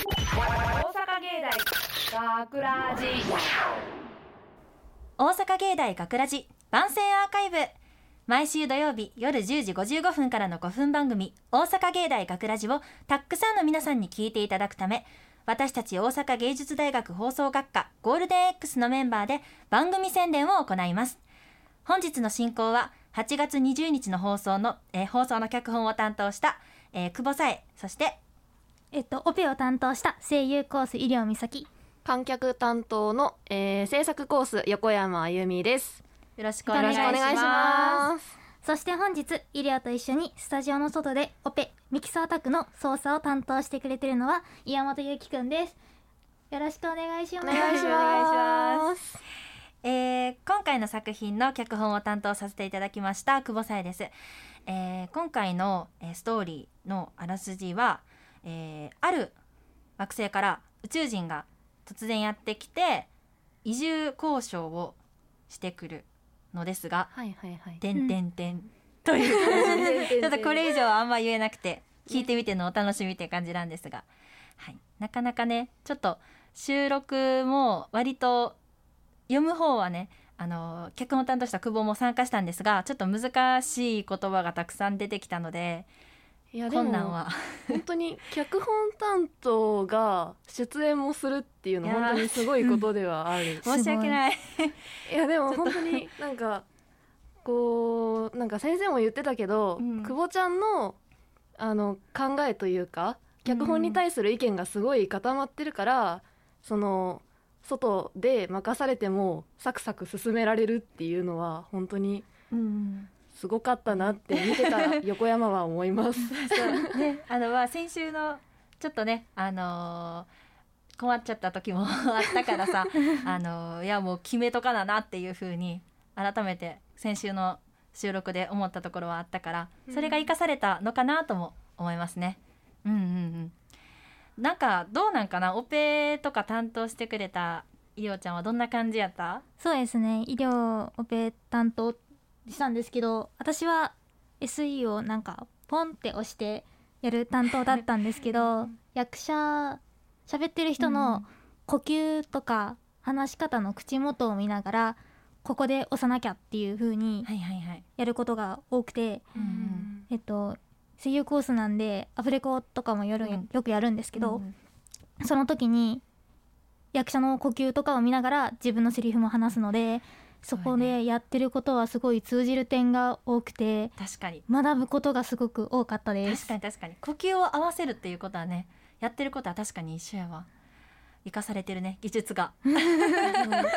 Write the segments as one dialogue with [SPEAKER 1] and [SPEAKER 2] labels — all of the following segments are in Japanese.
[SPEAKER 1] 大阪芸大学ラジ
[SPEAKER 2] 大阪芸大学ラジ番宣アーカイブ毎週土曜日夜10時55分からの5分番組「大阪芸大学ラジをたくさんの皆さんに聞いていただくため私たち大阪芸術大学放送学科ゴールデン X のメンバーで番組宣伝を行います本日の進行は8月20日の放送の、えー放送の脚本を担当した、えー久保さえそして
[SPEAKER 3] えっと、オペを担当した声優コース医療美咲
[SPEAKER 4] 観客担当の、えー、制作コース横山あゆみです。
[SPEAKER 2] よろしくお
[SPEAKER 4] よ
[SPEAKER 2] 願
[SPEAKER 4] ろ
[SPEAKER 2] い
[SPEAKER 4] し
[SPEAKER 2] し
[SPEAKER 4] くお願いし
[SPEAKER 2] ます
[SPEAKER 4] ます。
[SPEAKER 3] そして本日医療と一緒にスタジオの外でオペミキサー宅の操作を担当してくれてるのは岩本ゆうきくんですよろしくお願いします
[SPEAKER 4] お願いし
[SPEAKER 2] お願
[SPEAKER 4] ます。
[SPEAKER 2] えー今回の作品の脚本を担当させていただきました久保さえです、えー今回の、えーストーリーのあらすじは、えーある惑星から宇宙人が突然やってきて移住交渉をしてくるのですが
[SPEAKER 4] はいはいはい
[SPEAKER 2] 「てんてんてん」 という感じでちょっとこれ以上はあんま言えなくて聞いてみてのお楽しみって感じなんですが、はい、なかなかねちょっと収録も割と読む方はねあの脚本を担当した久保も参加したんですがちょっと難しい言葉がたくさん出てきたので
[SPEAKER 4] いやで
[SPEAKER 2] 困難
[SPEAKER 4] も
[SPEAKER 2] は
[SPEAKER 4] 本当に脚本担当が出演もするっていうの
[SPEAKER 2] いやー
[SPEAKER 4] 本当にすごいことではある。い
[SPEAKER 2] 申し訳ない
[SPEAKER 4] やでも本当になんかこうなんか先生も言ってたけど、
[SPEAKER 2] うん
[SPEAKER 4] 久保ちゃんのあの考えというか脚本に対する意見がすごい固まってるから、その外で任されてもサクサク進められるっていうのは本当に
[SPEAKER 2] うん
[SPEAKER 4] すごかったなって見てた 横山は思います。
[SPEAKER 2] そうねあのまあ先週のちょっとねあのー困っちゃった時もあったから さあのーいやもう決めとかだなっていう風に改めて先週の収録で思ったところはあったからそれが生かされたのかなとも思いますね。うんうんうん。なんかどうなんかなオペとか担当してくれたいおちゃんはどんな感じやった？
[SPEAKER 3] そうですね医療オペ担当したんですけど私は SE をなんかポンって押してやる担当だったんですけど役者喋ってる人の呼吸とか話し方の口元を見ながらここで押さなきゃっていう風に
[SPEAKER 2] はいはいはい。
[SPEAKER 3] やることが多くて、
[SPEAKER 2] うんうん
[SPEAKER 3] えっと声優コースなんでアフレコとかもやるんや
[SPEAKER 2] うん
[SPEAKER 3] よくやるんですけど、
[SPEAKER 2] うん
[SPEAKER 3] その時に役者の呼吸とかを見ながら自分のセリフも話すのでそこでやってることはすごい通じる点が多くて
[SPEAKER 2] 確かに。
[SPEAKER 3] 学ぶことがすごく多かったで
[SPEAKER 2] 確
[SPEAKER 3] す
[SPEAKER 2] かに確かに呼吸を合わせるっていうことはねやってることは確かに一緒やわ生かされてるね技術が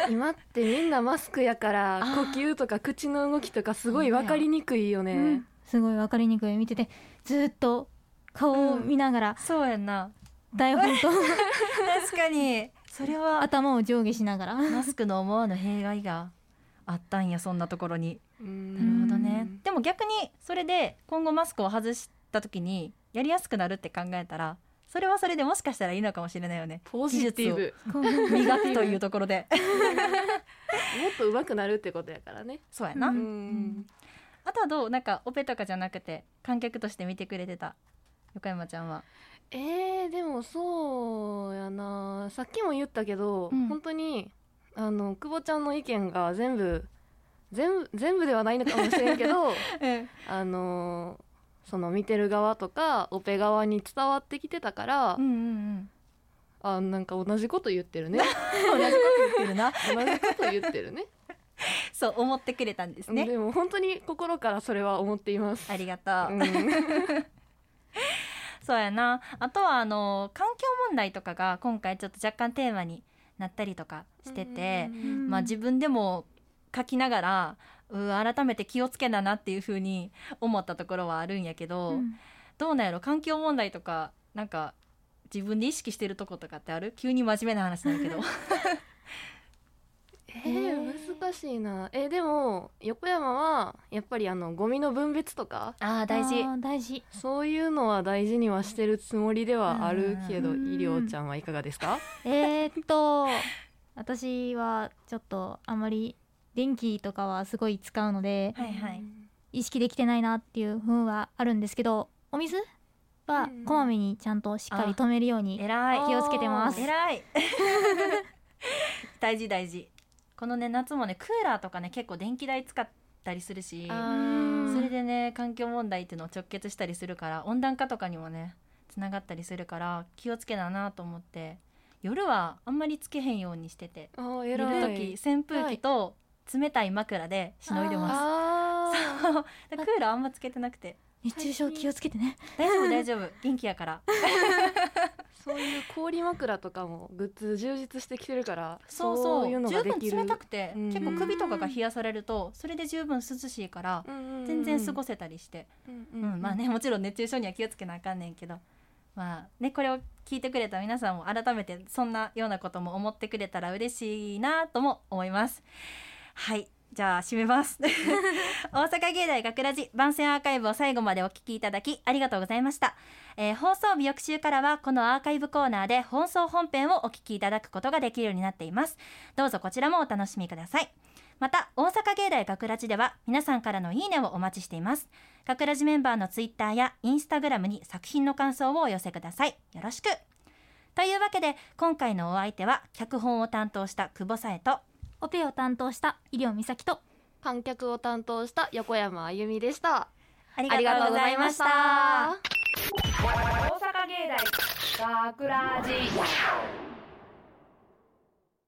[SPEAKER 4] 今ってみんなマスクやから呼吸とか口の動きとかすごい分かりにくいよね。
[SPEAKER 3] うんすごい分かりにくい見ててずーっと顔を見ながら
[SPEAKER 2] そうやんな
[SPEAKER 3] 台 本と
[SPEAKER 2] 確かにそれは
[SPEAKER 3] 頭を上下しながら
[SPEAKER 2] マスクの思わぬ弊害があったんやそんなところに
[SPEAKER 4] な
[SPEAKER 2] なるほどね
[SPEAKER 4] うん
[SPEAKER 2] でも逆にそれで今後マスクを外した時にやりやすくなるって考えたらそれはそれでもしかしたらいいのかもしれないよね
[SPEAKER 4] ポジティブ
[SPEAKER 2] 磨くというところで
[SPEAKER 4] もっと上手くなるってことやからね。
[SPEAKER 2] そうやな、
[SPEAKER 3] う
[SPEAKER 4] うん
[SPEAKER 2] あとはどうなんかオペとかじゃなくて観客として見てくれてた横山ちゃんは
[SPEAKER 4] えー、でもそうやなさっきも言ったけど、
[SPEAKER 2] うん
[SPEAKER 4] 本当にあの久保ちゃんの意見が全部全部全部ではないのかもしれん けどあのその見てる側とかオペ側に伝わってきてたから、
[SPEAKER 2] うんうん
[SPEAKER 4] あなんか同じこと言ってるね
[SPEAKER 2] うん。同じこと言ってるな。
[SPEAKER 4] 同じこと言ってるね
[SPEAKER 2] そう思ってくれたんですね。
[SPEAKER 4] でも本当に心からそれは思っています。
[SPEAKER 2] ありがとう。
[SPEAKER 4] うん
[SPEAKER 2] そうやな。あとはあの環境問題とかが今回ちょっと若干テーマになったりとかしてて、
[SPEAKER 3] うん
[SPEAKER 2] まあ自分でも書きながら。うー改めて気をつけだなっていう風に思ったところはあるんやけど、
[SPEAKER 3] うん
[SPEAKER 2] どうなんやろ環境問題とかなんか自分で意識してるとことかってある急に真面目な話なんやけど
[SPEAKER 4] えー、難しいなえーでも横山はやっぱりあのゴミの分別とか
[SPEAKER 2] ああ大 事
[SPEAKER 3] あー大事
[SPEAKER 4] そういうのは大事にはしてるつもりではあるけど、
[SPEAKER 3] う
[SPEAKER 4] 医
[SPEAKER 3] ん
[SPEAKER 4] 療ちゃんはいかがですか？
[SPEAKER 3] えーっと私はちょっとあまり電気とかはすごい使うので
[SPEAKER 2] はいはい
[SPEAKER 3] 意識できてないなっていう風はあるんですけどお水は
[SPEAKER 4] うん
[SPEAKER 3] こまめにちゃんとしっかり止めるように
[SPEAKER 2] 偉い
[SPEAKER 3] 気をつけてます
[SPEAKER 2] えらい 大事大事このね夏もねクーラーとかね結構電気代使ったりするし
[SPEAKER 4] あ
[SPEAKER 3] ー
[SPEAKER 2] それでね環境問題っていうのを直結したりするから温暖化とかにもねつながったりするから気をつけだなと思って夜はあんまりつけへんようにしてて
[SPEAKER 4] あー
[SPEAKER 2] 寝る
[SPEAKER 4] 偉い
[SPEAKER 2] 時扇風機と冷たい枕でしのいでます
[SPEAKER 4] あー
[SPEAKER 2] でクーラーあんまつけてなくて
[SPEAKER 3] 熱中症気をつけてね
[SPEAKER 2] 大丈夫大丈夫元気やから
[SPEAKER 4] そういう氷枕とかもグッズ充実してきてるから
[SPEAKER 2] そうそう
[SPEAKER 4] いうの
[SPEAKER 2] 十
[SPEAKER 4] がで
[SPEAKER 2] 分
[SPEAKER 4] きる
[SPEAKER 2] 冷たくて、
[SPEAKER 4] うん
[SPEAKER 2] 結構首とかが冷やされるとそれで十分涼しいから全然過ご
[SPEAKER 4] す、
[SPEAKER 2] せたりして、
[SPEAKER 4] うん
[SPEAKER 2] う
[SPEAKER 4] うんん
[SPEAKER 2] まあねもちろん熱中症には気をつけなあかんねんけどまあねこれを聞いてくれた皆さんも改めてそんなようなことも思ってくれたら嬉しいなとも思いますはいじゃあ締めます 大阪芸大学ラジ番宣アーカイブを最後までお聞きいただきありがとうございました、えー放送日翌週からはこのアーカイブコーナーで放送本編をお聞きいただくことができるようになっていますどうぞこちらもお楽しみくださいまた大阪芸大学ラジでは皆さんからのいいねをお待ちしています学ラジメンバーのツイッターやインスタグラムに作品の感想をお寄せくださいよろしくというわけで今回のお相手は脚本を担当した久保さえと
[SPEAKER 3] オペを担当した医療美咲と
[SPEAKER 4] 観客を担当した横山あゆみでした
[SPEAKER 2] あり
[SPEAKER 4] ありがとうございました
[SPEAKER 1] 大阪芸大学ラジ